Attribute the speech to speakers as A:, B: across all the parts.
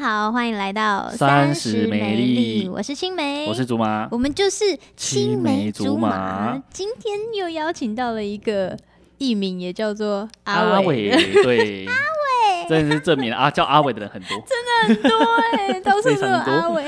A: 好，欢迎来到
B: 三
A: 十
B: 十
A: 美
B: 美丽
A: 我是青梅，
B: 我是竹马
A: 我，们就是青梅竹
B: 青梅
A: 马
B: 竹马。
A: 今天又邀请到了一个艺名，也叫做
B: 阿
A: 伟，
B: 伟， 对，阿伟，真的是证明了啊，叫阿伟的人很多，
A: 很多哎，到处
B: 非
A: 都有
B: 常多
A: 阿伟。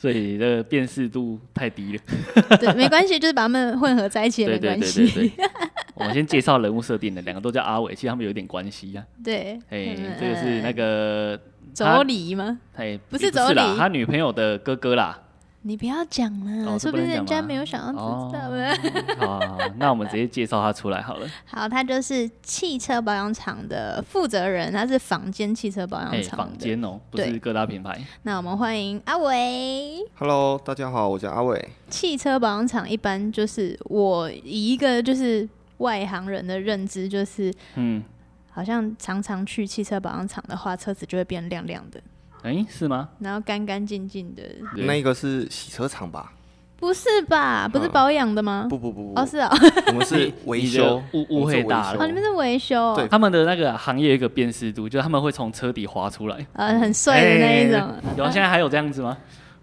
B: 所以这个辨识度太低了。
A: 对，没关系，就是把他们混合在一起也
B: 对
A: 没
B: 对
A: 关
B: 对 对
A: 系。
B: 对，我们先介绍人物设定的，两个都叫阿伟，其实他们有一点关系呀、
A: 对，
B: 啊。哎、
A: 嗯呃
B: 这个是那个
A: 妯娌吗？
B: 哎，
A: 不是
B: 也不是
A: 妯
B: 啦
A: 娌，
B: 他女朋友的哥哥啦。
A: 你不要讲了，
B: 哦
A: 说
B: 这
A: 不
B: 不
A: 定
B: 能讲吗哦
A: 人家没有想要知道呢。
B: 好好好，那我们直接介绍他出来好了。
A: 好，他就是汽车保养厂的负责人，他是坊间汽车保养
B: 哎、
A: 厂的
B: 坊间哦，不
A: 对
B: 是各大品牌。
A: 那我们欢迎阿伟。
C: Hello，大家好，我叫阿伟。
A: 汽车保养厂一般就是我以一个就是外行人的认知，就是
B: 嗯，
A: 好像常常去汽车保养厂的话，车子就会变亮亮的，
B: 哎、是吗？
A: 然后干干净净的。
B: 对
C: 那个是洗车场吧？
A: 不是吧？
B: 嗯
A: 不是保养的吗？
C: 不不不不，
A: 哦，是哦，
C: 我们是维修。
B: 你的误误会大了
C: 我
A: 哦，
C: 们
A: 你
C: 是
A: 们
C: 维修
A: 是维修哦、
C: 对
B: 他们的那个行业有一个辨识度，就是他们会从车底滑出来。
A: 呃，很帅的那一种。
B: 有啊，现在还有这样子吗？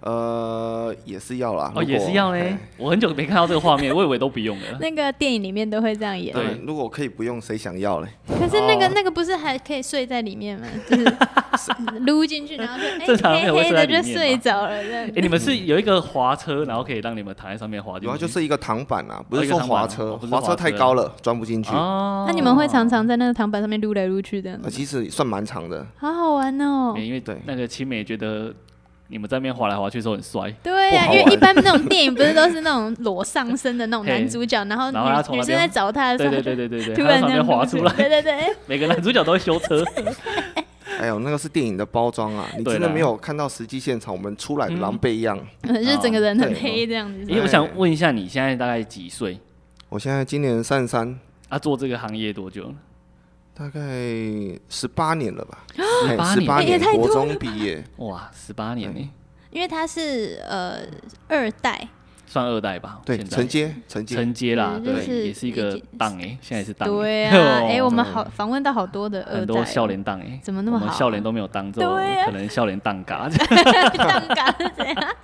C: 呃，也是要啦。
B: 哦，
C: 如果
B: 也是要嘞
C: 哎。
B: 我很久没看到这个画面，我以为都不用了。
A: 那个电影里面都会这样演，
C: 当
B: 对
C: 然如果可以不用，谁想要嘞？
A: 可是那个、
B: 哦
A: 那个不是还可以睡在里面吗？就是 撸进去，然后就、哎
B: 正常人
A: 黑
B: 也会
A: 黑
B: 睡
A: 的
B: 在里
A: 就
B: 面
A: 睡
B: 吧
A: 着了，这样
B: 哎、你们是有一个滑车，然后可以让你们躺在上面滑进去。
C: 主要啊就是一个挡板啊，不是
B: 一个
C: 说
B: 挡板
C: 滑
B: 啊
C: 车，
B: 哦不是
C: 滑
B: 滑车
C: 车太高了，钻不进去。
B: 哦
A: 那你们会常常在那个躺板上面撸来撸去这样
C: 呃
A: 子，
C: 其实算蛮长的。
A: 好好玩哦、
B: 哎因为
C: 对
B: 那个青美觉得你们在那边滑来滑去的时候 很帅，
A: 对呀、
C: 不好玩
A: 因为一般那种电影不是都是那种裸上身的那 种男主角，然后女
B: 然后他从
A: 女
B: 那边
A: 生在找他的时
B: 对
A: 候，
B: 对对对对对，
A: 突
B: 他在
A: 然
B: 旁
A: 这
B: 边
A: 样
B: 滑出 来，
A: 对对对，
B: 每个男主角都会修 车，
C: 哎呦，那个是电影的包装啊，你
B: 对
C: 真的
B: 啦嗯
C: 没有看到实际现场，我们出来的狼狈样。
A: 就是整个人很黑这样子
B: 哦因。为我想问一下，你现在大概几岁？
C: 我现在今年三十三，
B: 啊，做这个行业多久了？
C: 大概十八年了吧？
B: 18
C: 十
B: 年
C: 八
A: 哎也
C: 年，
A: 太多
C: 国
A: 了
C: 中毕业。
B: 哇，十八年呢、
A: 因为他是呃二代，
B: 算二代吧。
C: 对，
B: 现在
C: 承接承接。
B: 承接啦，
A: 对
B: 对，
A: 就是
B: 也是一个
A: 已经
B: 档哎、现在也是档、欸。
A: 对啊，
B: 哦
A: 哎、我们好访问到好多的二代，
B: 很多笑脸档哎，
A: 哦怎么那么好啊
B: 我们笑脸都没有当做，
A: 对啊
B: 可能笑脸档 嘎，
A: 杠杆是怎样？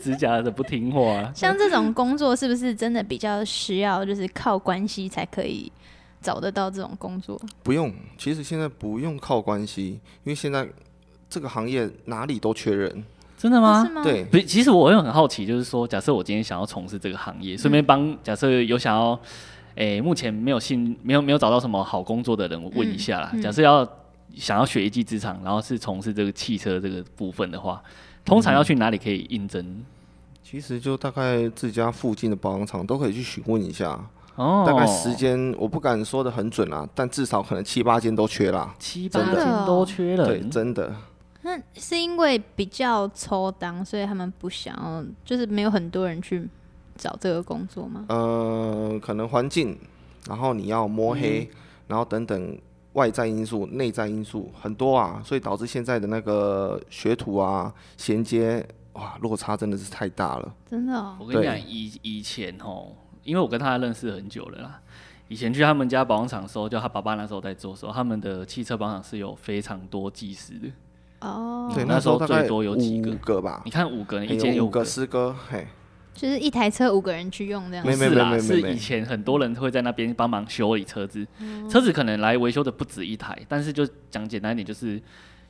B: 指甲的不听话啊。
A: 像这种工作是不是真的比较需要就是靠关系才可以找得到这种工作？
C: 不用，其实现在不用靠关系，因为现在这个行业哪里都缺人。
B: 真的
A: 哦
B: 吗
A: 是？吗？
C: 对，
B: 不是，其实我也很好奇，就是说，假设我今天想要从事这个行
A: 嗯
B: 业，顺便帮假设有想要，诶、目前没有信，没有没有找到什么好工作的人，我问一下啦。
A: 嗯
B: 假设要想要学一技之长，然后是从事这个汽车这个部分的话，通
C: 嗯
B: 常要去哪里可以应征？
C: 其实就大概自家附近的保养厂都可以去询问一下，
B: 哦，
C: 大概时间我不敢说的很准啊，但至少可能七八间都缺啦。
B: 七八
A: 真的哦
B: 间都缺人，
C: 对，真的，
A: 那是因为比较抽档，所以他们不想要，就是没有很多人去找这个工作吗？
C: 呃，可能环境，然后你要摸黑，
B: 嗯
C: 然后等等外在因素、内在因素很多啊，所以导致现在的那个学徒啊衔接，哇，落差真的是太大了。
A: 真的哦，
B: 我跟你
C: 对
B: 讲，以以前哦，因为我跟他认识很久了啦。以前去他们家保养厂的时候，就他爸爸那时候在做的时候，他们的汽车保养厂是有非常多技师的。
A: 哦，
C: 对，
B: 嗯那
C: 时候
B: 时候
C: 大概
B: 最多有几个
C: 五个吧
B: 你，看五个人，
C: 哎
B: 一间
C: 有
B: 有
C: 五个师哥，嘿，
A: 就是一台车五个人去用这样
B: 不
C: 没
A: 子。
B: 是啦，
C: 没没没
B: 是
C: 没
B: 以前很多人会在那边帮忙修理车子，车子可能来维修的不止一台，但是就讲简单一点，就是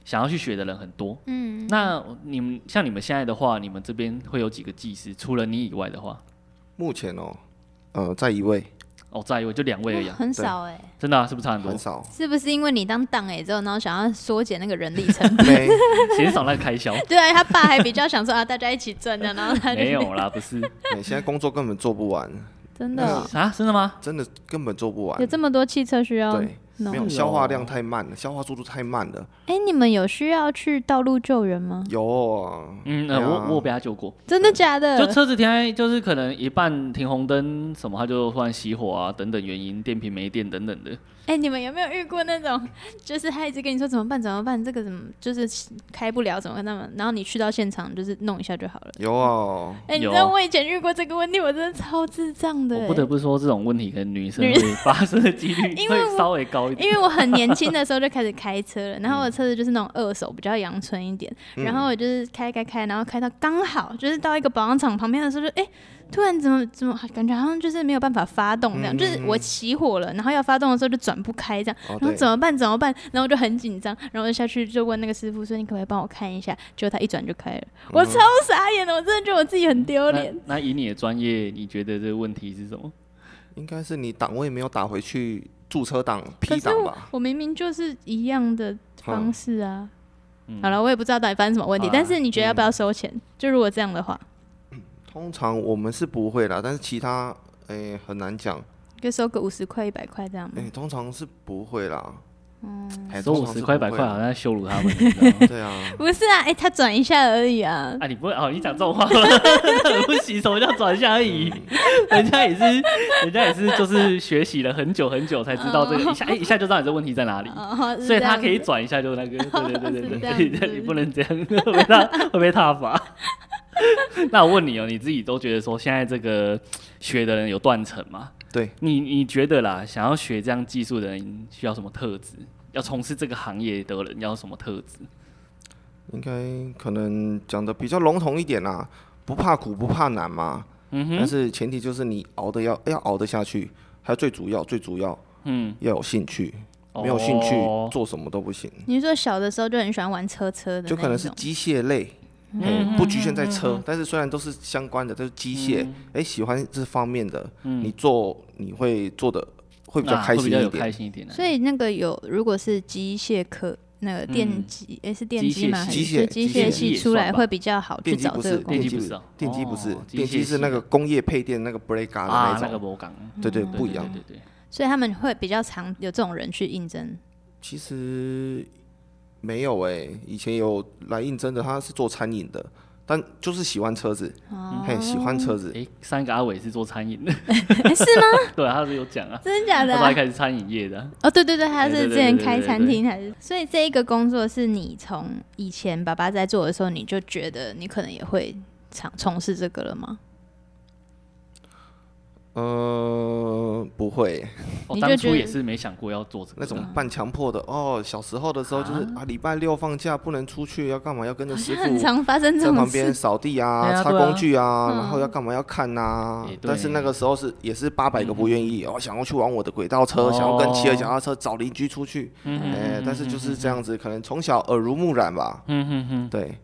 B: 想要去学的人很多。
A: 嗯，
B: 那你们像你们现在的话，你们这边会有几个技师？除了你以外的话，
C: 目前哦，呃，在一位
B: 哦，在我就两位而已
A: 哇
B: 啊，
A: 很少哎、，
B: 真的啊，是不是差很多
C: 很？少
A: 是不是因为你当档哎之后，然后想要缩减那个人力 成本？
C: 没
B: 减少那个开销。
A: 对啊，他爸还比较想说啊，大家一起赚的，然后他就
B: 没有啦，不是
C: 没，现在工作根本做不完，
A: 真的哦、
B: 啊，真的吗？
C: 真的根本做不
A: 有
B: 嗯
C: 完，
A: 这么多汽车需要
C: 对，
A: 弄
C: 没。有消化
B: 啊
C: 量太慢了，消化速度太慢了。
A: 哎、你们有需要去道路救援吗？
C: 有哦，
B: 嗯，呃
C: 对啊
B: 我我有被他救过，
A: 真的假的？
B: 就车子停在就是可能一半停红灯什么，他就突然熄火啊，等等原因，电瓶没电等等的，
A: 哎、你们有没有遇过那种，就是他一直跟你说怎么办怎么办，这个怎么就是开不了，怎么那么，然后你去到现场就是弄一下就好了。
C: 有哦，
A: 哎、你
B: 有
A: 知道我以前遇过这个问题，我真的超智障的、
B: 我
A: 哎
B: 不得不说，这种问题可能女生
A: 女
B: 会发生的几率
A: 因为
B: 会
A: 我
B: 稍微高一点。
A: 因为我很年轻的时候就开始开车了，然后我的车子就是那种二手，比较阳春一点。然后我就是开开开，然后开到刚好就是到一个保养厂旁边的时候就，哎，突然怎么怎么感觉好像就是没有办法发动这样，
C: 嗯
A: 就是我起火了，然后要发动的时候就转不开这样，
C: 哦
A: 然后
C: 对
A: 怎么办怎么办？然后我就很紧张，然后我就下去就问那个师傅说，你可不可以帮我看一下？结果他一转就开了，我超傻眼的，我真的觉得我自己很丢
B: 嗯那
A: 脸。
B: 那以你的专业，你觉得这个问题是什么？
C: 应该是你档位没有打回去驻车档 P
A: 可是
C: 档吧？
A: 我明明就是一样的方式啊。
B: 嗯
A: 好了，我也不知道到底发生什么问题，
B: 好啦啊嗯
A: 但是你觉得要不要收钱？就如果这样的话，
C: 通常我们是不会啦，但是其他诶、很难讲，
A: 就收个五十块、一百块这样
C: 诶、
A: 吗？
C: 通常是不会啦。嗯，
B: 说
C: 通
B: 五
C: 常
B: 十
C: 是
B: 块
C: 不
B: 百
C: 会
B: 块好像在羞辱他们，你知道吗？
C: 对啊，
A: 不是啊，哎、他转一下而已啊。
B: 啊，你不会哦？你讲这种话，很 不行。什么叫转向而已？
C: 嗯
B: 人家也是，人家也是，就是学习了很久很久才知道这个，一下哎一下就知道你这问题在哪里。
A: 哦，是
B: 所以
A: 这
B: 他
A: 样
B: 可以
A: 子
B: 转一下就那个，对对对对
A: 是这
B: 对
A: 样
B: 你
A: 子
B: 你不能这样，会被他会被他罚。 那我问你哦，你自己都觉得说现在这个学的人有断层吗？
C: 对，
B: 你你觉得啦，想要学这样技术的人需要什么特质？要从事这个行业的人要什么特质？
C: 应该可能讲的比较笼统一点啦，不怕苦不怕难嘛。
B: 嗯
C: 但
B: 哼，
C: 是前提就是你熬的要要熬得下去，还有最主要最主要
B: 嗯，
C: 要有兴趣，没有兴趣、
B: 哦
C: 做什么都不行，
A: 你是说小的时候就很喜欢玩车车的那一嗯种，
C: 就可能是机械类。嘿
B: 嗯
C: 不局限在车，但是虽然都是相关的，都是机械，哎、
B: 嗯
C: 喜欢这方面的，你做你会做的会比较
B: 啊
C: 开
B: 会
C: 心
B: 比较
C: 一
B: 有开
C: 点。
B: 心一点啊。
A: 所以那个有，如果是机械科那个电
B: 嗯
A: 机，哎、是电
B: 机
A: 机
B: 械
A: 吗？还是
C: 系机
A: 就
C: 械
A: 机
C: 机械
B: 系
A: 系
B: 也
A: 出
B: 算
A: 来
B: 吧
A: 会比较好去
C: 电机
A: 找
C: 不
A: 这个
C: 是
A: 工
B: 电
A: 作。
B: 机
C: 机
B: 不
C: 不
B: 是哦
C: 电机不是
B: 哦，
C: 电
B: 机
C: 机
B: 系
C: 是那个工业配电那个 breaker 的
B: 啊，那
C: 种，
B: 个嗯我港，
C: 对对
B: 对
C: 不一样。
B: 对对对，
A: 所以他们会比较常有这种人去应征。
C: 其实没有哎、以前有来应征的，他是做餐饮的，但就是喜欢车子，
A: 哦，
C: 嘿，喜欢车子，
B: 哎，三个阿伟是做餐饮 的，
A: 诶是吗？
B: 对啊，他是有讲啊，
A: 真的假
B: 他
A: 的、
B: 说
A: 啊
B: 他一？开始餐饮业的啊，
A: 哦，对对对，他
B: 对
A: 是
B: 对
A: 之
B: 对
A: 前
B: 对
A: 开
B: 对
A: 餐
B: 对
A: 厅还是？所以这一个工作是你从以前爸爸在做的时候，你就觉得你可能也会尝从事这个了吗？
C: 呃，不会欸、
A: 你
B: 哦，
A: 就
B: 当
A: 觉
B: 初
A: 得
B: 也是没想过要做这个
C: 那
B: 的
C: 种半强迫的哦。小时候的时候就是啊，礼拜六放假不能出去，要干嘛？要跟着师
A: 很
C: 傅
A: 常发生这
C: 在
A: 种
C: 旁
A: 事
C: 边，扫地
B: 对
C: 啊、
B: 啊
C: 擦
B: 对啊
C: 工具啊，
A: 嗯
C: 然后要干嘛要看呐
B: 也对。嗯
C: 但是那个时候是也是八百个不愿意哦，想要去玩我的轨道车，
B: 哦
C: 想要跟骑了脚踏车找邻居出去，
B: 嗯哼
C: 哎，但是就是这样子，可能从小耳濡目染吧。
B: 嗯哼哼，
C: 对，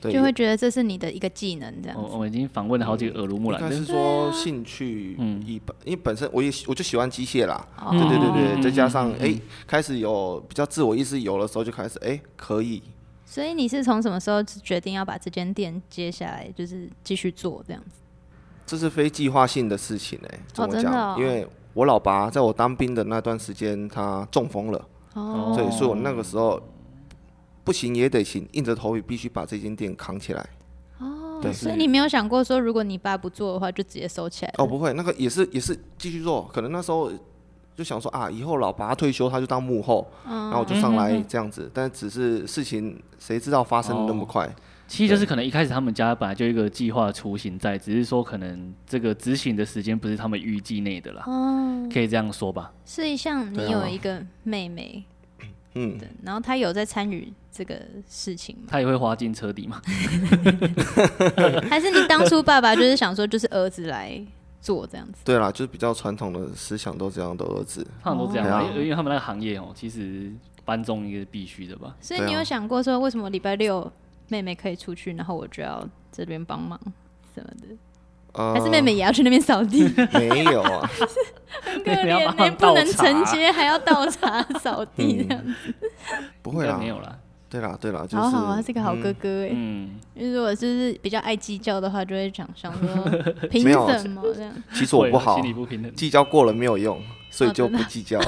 C: 对，
A: 就会觉得这是你的一个技能这样
B: 我。我们哦已经访问了好几个耳濡目
C: 应
B: 染
C: 该
B: 的
C: 是说兴趣
B: 嗯
C: 一本，因为本身我也喜我就喜欢机械啦，
A: 哦
C: 对对
B: 嗯
C: 对对，再加上哎开始有比较自我意识有的时候就开始哎可以，
A: 所以你是从什么时候决定要把这间店接下来，就是继续做这样子？
C: 这是非计划性的事情哎、怎么
A: 真的哦
C: 讲？因为我老爸在我当兵的那段时间他中风了，
A: 哦，
C: 对，所以我那个时候不行也得行，硬着头皮必须把这间店扛起来。
A: 哦，
C: 对
A: 所以你没有想过说，如果你爸不做的话，就直接收起来了
C: 哦，不会，那个也是也是继续做，可能那时候就想说啊，以后老爸退休他就当幕后，
A: 嗯
C: 然后我就上来这样子，但只是事情谁知道发生的那么
A: 哦
C: 快？
B: 其实就是可能一开始他们家本来就有一个计划雏形在，只是说可能这个执行的时间不是他们预计内的啦，
A: 哦，
B: 可以这样 说吧。
A: 所以像
C: 对
A: 你
C: 啊
A: 有一个妹妹，
C: 嗯，
A: 对，然后她有在参与这个事情吗？
B: 他也会花进车底嘛，
A: 还是你当初爸爸就是想说，就是儿子来做这样子？
C: 对啦，就是比较传统的思想都这样的儿子。
B: 他们都这样嘛，
C: 哦
B: 因为因为他们那个行业哦，其实搬重应该是必须的吧。
A: 所以
C: 对啊
A: 你有想过说，为什么礼拜六妹妹可以出去，然后我就要这边帮忙什么的？
C: 呃，
A: 还是妹妹也要去那边扫地？
C: 没有啊，
A: 很可
B: 妹妹要
A: 怜呢、
B: 帮忙
A: 不能
B: 倒茶
A: 承接，还要倒茶扫地这样。
C: 不会
B: 应该
C: 啦，
B: 没有啦。
C: 对啦，对啦，就是
A: 好好啊，是个好哥哥哎、
B: 嗯，
A: 就是我就是比较爱计较的话，就会想想 说，凭
C: 没有
A: 什么这样？
C: 其实我
B: 会
C: 不
B: 啊
C: 好
B: 心，理不平衡。
C: 计较过了没有用，所以
A: 哦
C: 就
A: 真的
C: 不计较了。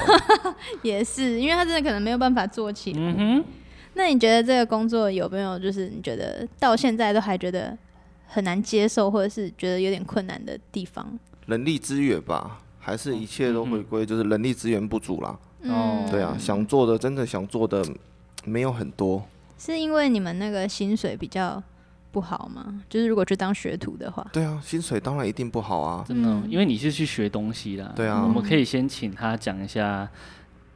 A: 也是，因为他真的可能没有办法做起来。
B: 嗯哼，
A: 那你觉得这个工作有没有就是你觉得到现在都还觉得很难接受，或者是觉得有点困难的地方？
C: 人力资源吧，还是一切都回归就是人力资源不足啦。
A: 嗯
B: 哦
C: 对啊，想做的真的想做的没有很多，
A: 是因为你们那个薪水比较不好吗？就是如果去当学徒的话，
C: 对啊，薪水当然一定不好啊，
B: 真的哦，
A: 嗯
B: 因为你是去学东西啦。
C: 对啊
B: 我们可以先请他讲一下。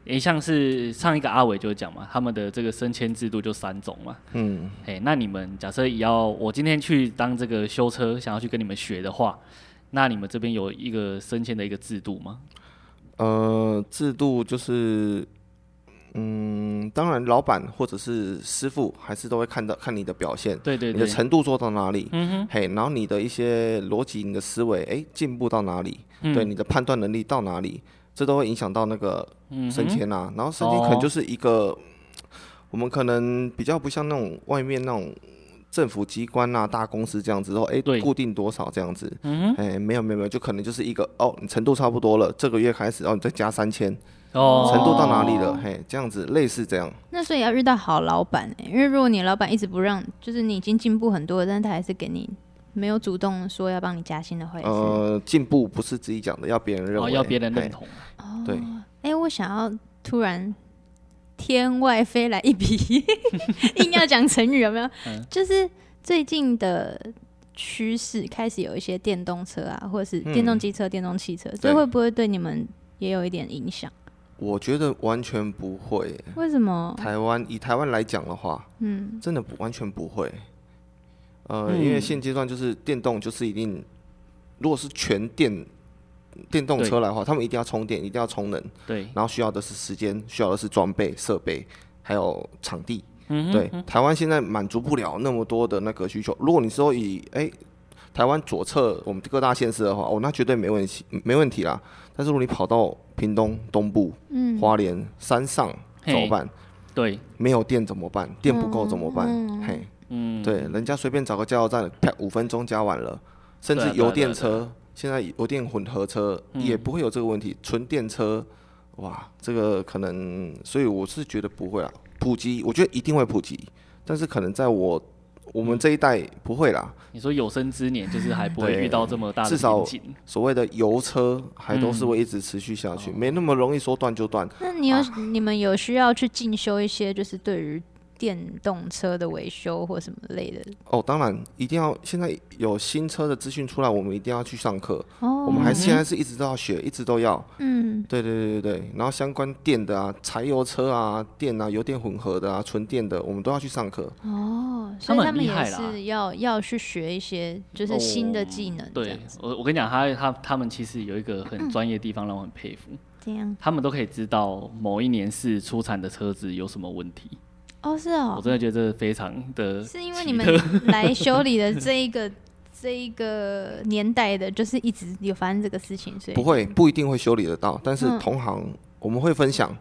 B: 诶，像是上一个阿伟就讲嘛，他们的这个升迁制度就三种嘛。
C: 嗯，
B: 诶，那你们假设也要我今天去当这个修车，想要去跟你们学的话，那你们这边有一个升迁的一个制度吗？
C: 呃，制度就是，嗯，当然老板或者是师傅还是都会看到看你的表现，
B: 对对
C: 你
B: 对
C: 的，程度做到哪里，
B: 嗯哼，
C: 嘿，然后你的一些逻辑、你的思维，哎，进步到哪里，
B: 嗯
C: 对你的判断能力到哪里，这都会影响到那个
B: 嗯哼
C: 升迁啊。然后升迁可
B: 哦
C: 能就是一个，我们可能比较不像那种外面那种政府机关啊、大公司这样子，然后哎
B: 对
C: 固定多少这样子。
B: 嗯哼，
C: 哎，没有没有没有，就可能就是一个哦，你程度差不多了，这个月开始，哦，你再加三千，
B: 哦，
C: 程度到哪里了？嘿，这样子类似这样。
A: 那所以要遇到好老板、欸，因为如果你老板一直不让，就是你已经进步很多了，但是他还是给你没有主动说要帮你加薪的话，也是、
C: 呃，进步不是自己讲的，要别人认
B: 哦，
C: 为，
B: 要别人认
C: 嘿
B: 同。
A: 哦
C: 对
A: 哎、我想要突然天外飞来一 笔，硬要讲成语有没有？
B: 嗯
A: 就是最近的趋势开始有一些电动车啊，或者是电动
C: 嗯
A: 机车、电动汽车，这
C: 对
A: 会不会对你们也有一点影响？
C: 我觉得完全不会。
A: 为什么？
C: 台湾以台湾来讲的话，
A: 哦嗯，
C: 真的不完全不会。呃，
B: 嗯
C: 因为现阶段就是电动就是一定，如果是全电电动车来的话，他们一定要充电，一定要充能，
B: 对，
C: 然后需要的是时间，需要的是装备、设备，还有场地。
B: 嗯哼，
C: 对，台湾现在满足不了那么多的那个需求。如果你说以哎、台湾左侧我们各大县市的话，哦，那绝对没问题，没问题啦。但是如果你跑到屏东东部、
A: 嗯
C: 花莲、山上
B: 嘿
C: 怎么办？
B: 对，
C: 没有电怎么办？电不够怎么办？
A: 嗯
C: 嘿，
B: 嗯，
C: 对，人家随便找个加油站，啪，五分钟加完了，甚
B: 对
C: 至
B: 啊对啊
C: 油电
B: 对啊对
C: 车，现在油电混合车
B: 嗯
C: 也不会有这个问题，纯电车，哇，这个可能，所以我是觉得不会啦，普及，我觉得一定会普及，但是可能在我我们这一代不会啦，
B: 你说有生之年就是还不会
C: 对
B: 遇到这么大的
C: 至少
B: 瓶颈，
C: 所谓的油车还都是
B: 嗯哦
C: 会一直持续下去，没那么容易说断就断。
A: 那
B: 啊
A: 你有、你们有需要去进修一些，就是对于电动车的维修或什么类的？
C: 哦，当然一定要，现在有新车的资讯出来，我们一定要去上课，
A: 哦，
C: 我们还是现
B: 嗯
C: 在是一直都要学，一直都要。
A: 嗯
C: 对对对对对，然后相关电的啊，柴油车啊，电啊，油电混合的啊，纯电的，我们都要去上课。
A: 哦，
B: 他
A: 所以
B: 们
A: 他
B: 很
A: 们
B: 厉害
A: 也
B: 啦
A: 是要要去学一些就是新的技能，这
B: 哦对
A: 样子，嗯
B: 我，我跟你讲，他他他们其实有一个很专业的地方让我很佩服，
A: 这样
B: 他们都可以知道某一年是出产的车子有什么问题，
A: 哦，是
B: 我
A: 哦，
B: 真的觉得这非常的
A: 是因为你们来修理的 这一个这一个年代的，就是一直有发生这个事情，所以
C: 不会，不一定会修理得到，但是
A: 嗯
C: 同行我们会分享。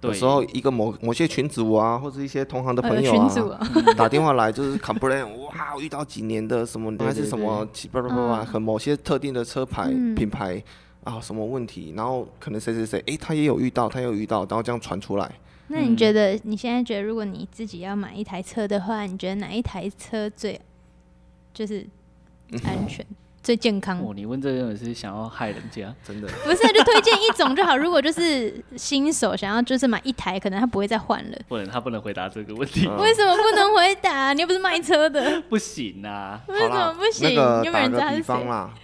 B: 对
C: 有时候一个某某些群主啊，或者一些同行的
A: 哦有
C: 朋友
A: 群主
C: 啊，
A: 啊，
C: 打电话来就是 complain，哇，我遇到几年的什么
B: 对
C: 还是
B: 对
C: 什
B: 对
C: 么七八八八八，
A: 嗯
C: 和某些特定的车牌
A: 嗯
C: 品牌啊什么问题，然后可能谁谁谁，诶，他也有遇到，他也有遇到，然后这样传出来。
A: 那你觉得你现在觉得，如果你自己要买一台车的话，你觉得哪一台车最就是安 全、最健康？
B: 哦，你问这真的是想要害人家，
C: 真的，
A: 不是，就推荐一种就好。如果就是新手想要就是买一台，可能他不会再换了。
B: 不能他不能回答这个问题，
C: 嗯
A: 为什么不能回答？你又不是卖车的，
B: 不行啊，
A: 为什
C: 好啦
A: 么不行？
C: 那个
A: 又没有
C: 打
A: 人知
C: 个
A: 道他
C: 比
A: 是
C: 方
A: 谁。
C: 啦，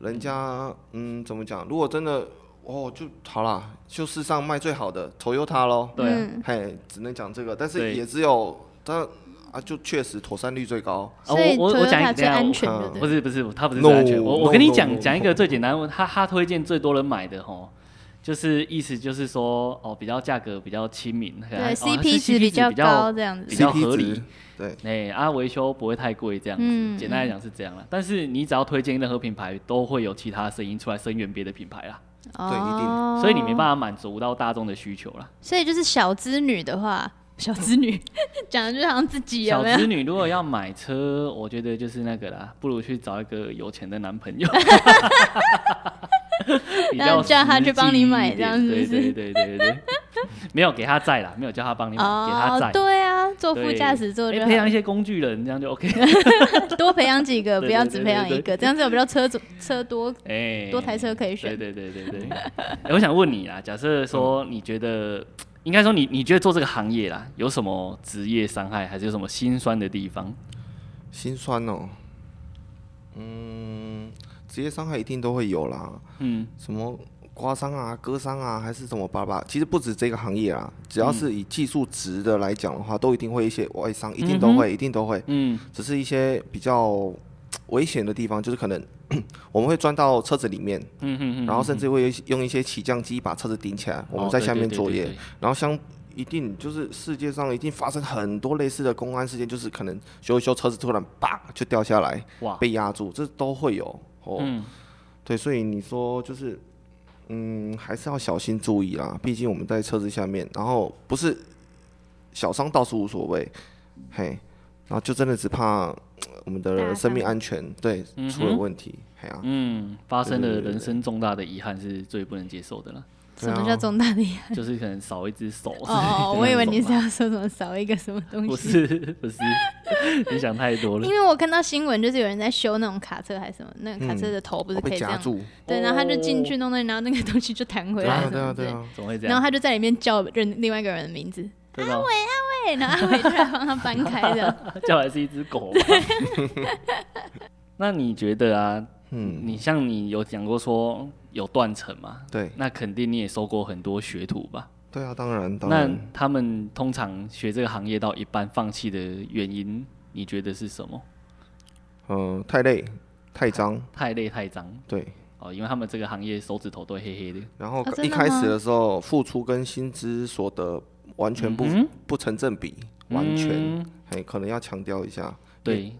C: 人家嗯怎么讲？如果真的哦就好啦，就世上卖最好的 Toyota 咯。
B: 对啊
A: 嗯，
C: 嘿，只能讲这个，但
B: 对
C: 是也只有它啊，就确实妥善率最高。
B: 啊
A: 嗯所以
B: 我我我讲一
A: Toyota
B: 个
A: 最安全的，
C: 嗯
B: 不
A: 对
B: 是不是，他不是
C: No，
B: 最安全。我我跟你
C: no，no，
B: 讲
C: no
B: 讲一个最简单的问，他他推荐最多人买的吼，就是意思就是说哦，比较价格比较亲民，可
A: 对
B: 能哦它是
A: ，CP 值比较高，这样
B: 比
A: 子。
B: 较
C: CP
B: 合
C: 值
B: 理。
C: 对，
B: 哎、啊，维修不会太贵，这样子。
A: 嗯
B: 简单来讲是这样啦。但是你只要推荐任何品牌，都会有其他声音出来声援别的品牌啦，
C: 对一定
A: 哦，
B: 所以你没办法满足到大众的需求啦。
A: 所以就是小资女的话， 小资女讲的就好像自己有
B: 小
A: 没有
B: 资？女如果要买车，我觉得就是那个啦，不如去找一个有钱的 男朋友，比较
A: 然后叫他去帮你买
B: 实际一点
A: 这样子
B: 对对对对对对。没有给他载啦，没有叫他帮你买，给他载。
A: 哦对啊，坐副
B: 对
A: 驾驶座就
B: 哎
A: 好
B: 培养一些工具人，这样就 OK。
A: 多培养几个，
B: 对
A: 不要
B: 对
A: 只
B: 对
A: 培养
B: 对
A: 一个，这样子有比较车主车多
B: 哎，
A: 多台车可以
B: 对
A: 选。
B: 对对对对。 哎我想问你啦，假设说
C: 嗯
B: 你觉得，应该说你你觉得做这个行业啦，有什么职业伤害，还是有什么心酸的地方？
C: 心酸哦。嗯，职业伤害一定都会有啦，
B: 嗯，
C: 什么刮伤啊、割伤啊，还是怎么巴拉巴拉。其实不止这个行业啦，
A: 嗯
C: 只要是以技术值的来讲的话，都一定会一些外伤，一定都会，一定都会。
B: 嗯，
C: 只是一些比较危险的地方，就是可能 我们会钻到车子里面，
B: 嗯哼哼，
C: 然后甚至会有一些用一些起降机把车子顶起来，我们在下面作
B: 哦
C: 业。
B: 对对对对
C: 然后相一定就是世界上一定发生很多类似的公安事件，就是可能修一修车子突然叭就掉下来，
B: 对哇，
C: 被压住，这都会有哦。
B: 嗯，
C: 对，所以你说就是，嗯，还是要小心注意啦，毕竟我们在车子下面，然后不是小伤倒是无所谓，嘿，然后就真的只怕呃我们
A: 大
C: 的
A: 伤
C: 生命安全对出了问题，嘿啊，
B: 嗯，发生
C: 对
B: 了
C: 对对
B: 人生重大的遗憾是最不能接受的了，
A: 什么
C: 对啊
A: 叫重大的遗 憾？
B: 就是可能少一只手。
A: 哦，
B: 对
A: 我以为你
B: 那
A: 是
B: 种
A: 要说什么少一个什么东
B: 不
A: 西。
B: 是不是，你想太多了
A: 因。为我看到新闻，就是有人在修那种卡车还是什么，那个卡车的头不是
C: 哦
A: 可
C: 被
A: 以这
C: 夹
A: 样？
C: 住，
A: 对，然后他就进去弄那里，然后那个东西就弹回
C: 对
A: 来
C: 啊
A: 什
C: 对啊
A: 么之
C: 对
A: 类。
C: 啊，
B: 怎么会这
A: 然后
B: 样？
A: 他就在里面叫认另外一个人的名字，
B: 对吧？
A: 对，然后 阿伟就来帮他搬开
C: 啊
A: 的。
B: 叫来是一只狗吧。 那你觉得啊，
C: 嗯，
B: 你像你有讲过说有断层嘛？
C: 对
B: 那肯定你也收过很多学徒吧？
C: 对啊，当然当
B: 那
C: 然，
B: 他们通常学这个行业到一半放弃的原因，你觉得是什么？
C: 嗯、太累太脏，
B: 太累太脏
C: 对。
B: 哦，因为他们这个行业手指头都会黑黑啊的。
C: 然后
A: 哦真
C: 一
A: 的
C: 开
A: 吗
C: 始的时候，付出跟薪资所得完全不、
B: 嗯
C: 不成正比，完全，
B: 嗯
C: 嘿，哎可能要强调一下
B: 对。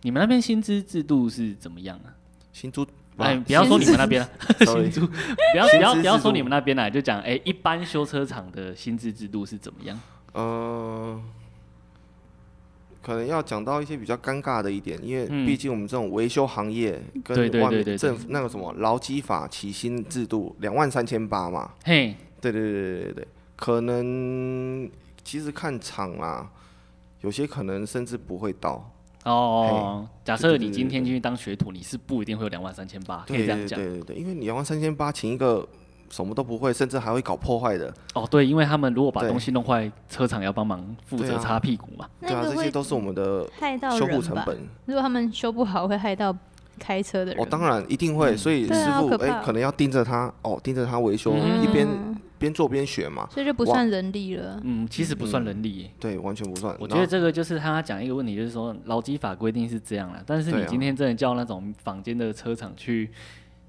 B: 你们那边薪资制度是怎么样啊？
C: 薪资。
B: 哎，不要说你们那边了，
C: 啊
B: 薪
C: Sorry
B: 资不要不要
C: 薪资制度
B: 不要说你们那边来，就讲哎、一般修车厂的薪资制度是怎么样？
C: 呃，可能要讲到一些比较尴尬的一点，因为
B: 嗯
C: 毕竟我们这种维修行业跟
B: 对对
C: 外
B: 对对对
C: 面政府那个什么劳基法起薪制度两万三千八嘛，
B: 嘿，
C: 对对对对对对，可能其实看厂啊，有些可能甚至不会到，
B: 哦，假设
C: 对对
B: 你
C: 对
B: 今天
C: 对
B: 进去当学徒，你是不一定会有两万三千八，可以
C: 对
B: 这
C: 对
B: 样
C: 对
B: 讲。
C: 对对，因为两万三千八请一个什么都不会，甚至还会搞破坏的，
B: 哦，对，因为他们如果把
C: 对
B: 东西弄坏，车厂要帮忙负责
C: 对啊
B: 擦屁股嘛。
A: 那
C: 对啊，
A: 个
C: 这
A: 会
C: 些都是我们的
A: 害到
C: 修护
A: 人
C: 成
A: 吧？
C: 本。
A: 如果他们修不好，会害到开车的人。
C: 哦，当然一定
B: 嗯
C: 会，所以
A: 对啊
C: 师
A: 好
C: 傅
A: 可
C: 哎、
A: 怕哦
C: 可能要盯着他哦，盯着他维修，
B: 嗯
C: 一边
A: 嗯
C: 边做边学嘛。
A: 所以就不
C: 哇
A: 算人力了。
B: 嗯，其实不算人力耶。
C: 对，完全不算。
B: 我觉得这个就是他讲一个问题，就是说劳基法规定是这样啦，但是
C: 对
B: 你
C: 啊
B: 今天真的叫那种坊间的车厂去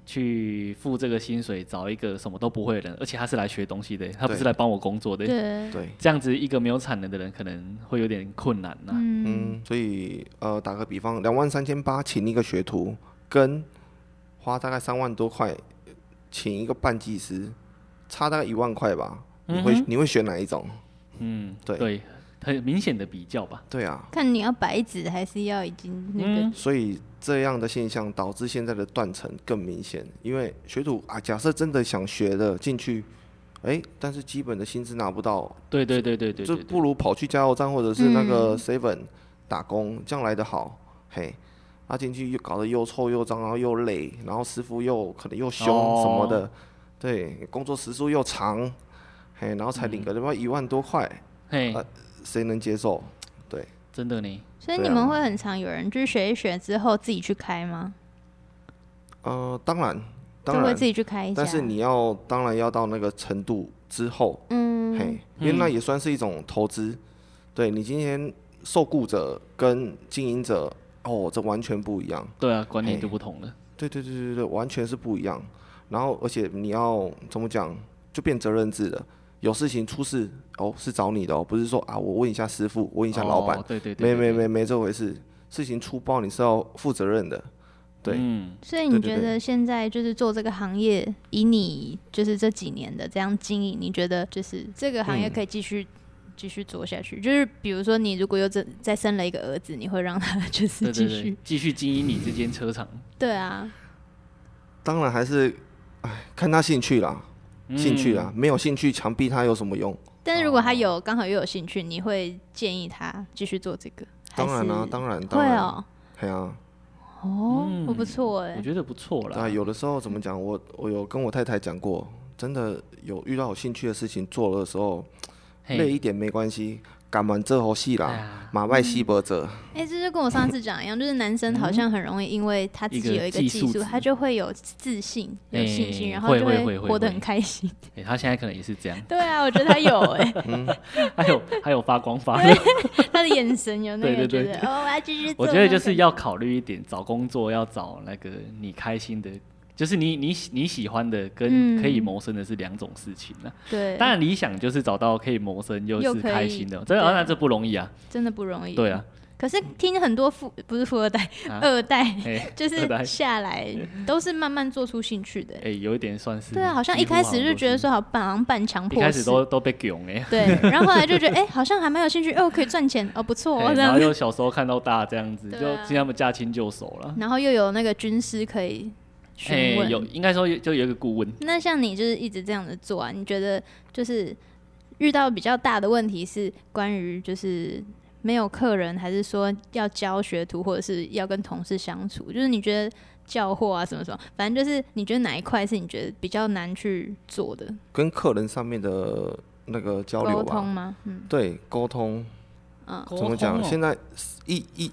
B: 去付这个薪水，找一个什么都不会的人，而且他是来学东西的，他不是
C: 对
B: 来帮我工作的。
A: 对
C: 然后，对，
B: 这样子一个没有产能的人，可能会有点困难呐、
A: 嗯，
C: 嗯，所以呃，打个比方，两万三千八请一个学徒，跟花大概三万多块请一个半技师，差大概一万块吧。你会、
B: 嗯哼
C: 你会选哪一种？
B: 嗯，
C: 对
B: 对，很明显的比较吧。
C: 对啊，
A: 看你要白纸还是要已经那个
B: 嗯
C: 所以这样的现象导致现在的断层更明显，因为学徒啊，假设真的想学的进去，哎、但是基本的薪资拿不到，
B: 对对对对对
C: 就
B: 对
C: 不
B: 对。
C: 如跑去加油站或者是那个 seven 打工，这样来的好。嘿，他进去又搞得又臭又脏，然后又累，然后师傅又可能又凶
B: 哦
C: 什么的，对，工作时数又长，嘿，然后才
B: 嗯
C: 领个他妈一万多块，
B: 嘿，
C: 呃谁能接受？对，
B: 真的呢。
A: 所以
C: 对
A: 你
C: 啊
A: 们会很常有人就是学一学之后自己去开吗？
C: 呃，当然，
A: 就
C: 当
A: 会
C: 然
A: 自，己去开一家。
C: 但是你要当然要到那个程度之后，
A: 嗯
C: 嘿，因为那也算是一种投资。对你今天受雇者跟经营者，哦，这完全不一样。
B: 对啊，观念
C: 嘿
B: 就不同了。
C: 对对对对对，完全是不一样。然后，而且你要怎么讲，就变责任制了。有事情出事哦，是找你的哦，不是说啊，我问一下师傅，问一下老板，
B: 哦对对对，
C: 没
B: 对
C: 没，没没这回事。事情出包你是要负责任的，
B: 对
C: 对
B: 嗯，
A: 所以你
C: 对对
A: 觉
C: 对
A: 得现在就是做这个行业，以你就是这几年的这样经营，你觉得就是这个行业
C: 嗯
A: 可以继续继、续做下去？就是比如说，你如果又再再生了一个儿子，你会让他 就是
B: 对
A: 继续？
B: 对对，继续经营你这间车厂。
A: 对啊，
C: 当然还是，哎，看他兴趣啦。
B: 嗯
C: 兴趣啊，没有兴趣强逼他有什么用？
A: 但是如果
C: 哦
A: 他有刚好又有兴趣，你会建议他继续做这个？还
C: 当然啦、
A: 是
C: 当然，当
A: 会
C: 然，
A: 哦，
C: 对啊，
A: 哦，
B: 嗯
A: 我不错哎
B: 我，觉得不错
C: 啊，
B: 啦。
C: 有的时候怎么讲，我我有跟我太太讲过，真的有遇到有兴趣的事情做的时候，
B: 嘿
C: 累一点没关系，干完这猴戏
B: 哎
C: 啦，
B: 呀
C: 马外西伯者，
A: 哎、这就跟我上次讲一样，就是男生
C: 嗯
A: 好像很容易因为他自己
B: 一个
A: 有一个
B: 技
A: 技
B: 术
A: 术，
B: 值
A: 他就会有自信、有信心，
B: 哎
A: 然后
B: 会
A: 就
B: 会会会
A: 活得很
B: 会
A: 开心。
B: 哎他现在可能也是这样，
A: 对啊，我觉得他有哎、
B: 还 有还有发光发热。
A: 他哎的眼神有那
B: 对
A: 个
B: 对
A: 觉
B: 对
A: 得哦，我要继续做那种
B: 我
A: 感。
B: 觉得就是要考虑一点，找工作要找那个你开心的，就是你你喜你喜欢的跟
A: 嗯
B: 可以谋生的是两种事情呢、
A: 对，
B: 当然理想就是找到可以谋生又
A: 又
B: 是
A: 可以
B: 开心的，真的
A: 对
B: 啊那这不容易啊。
A: 真的不容易。
B: 对啊，
A: 可是听很多富不是富二代，
B: 啊
A: 二 代
B: 哎
A: 就
B: 二代
A: 是下来都是慢慢做出兴趣的、
B: 哎，有一点算是
A: 对啊，好像一
B: 几乎
A: 开始
B: 都
A: 就是觉得说好半好像半强迫
B: 一开始
A: 式
B: 都都被囧哎。
A: 对，然后后来就觉得哎、好像还蛮有兴趣，哦，可以赚钱，哦，不错、 哦，
B: 哎
A: 这
B: 然
A: 样
B: 后
A: 子。
B: 又小时候看到大这样 子，
A: 对
B: 就
A: 啊
B: 听他们驾轻就熟了。
A: 然后又有那个军师可以询
B: 哎，
A: 问。
B: 有应该说有就有一个顾问，
A: 那像你就是一直这样子做啊？你觉得就是遇到比较大的问题是关于就是没有客人，还是说要教学徒，或者是要跟同事相处？就是你觉得教货啊什么什么，反正就是你觉得哪一块是你觉得比较难去做的
C: 跟客人上面的那个交
B: 啊
C: 流
A: 沟通
C: 吧，
A: 吗？嗯，
C: 对，沟通怎么
B: 沟
C: 讲？
B: 通哦
C: 现在一一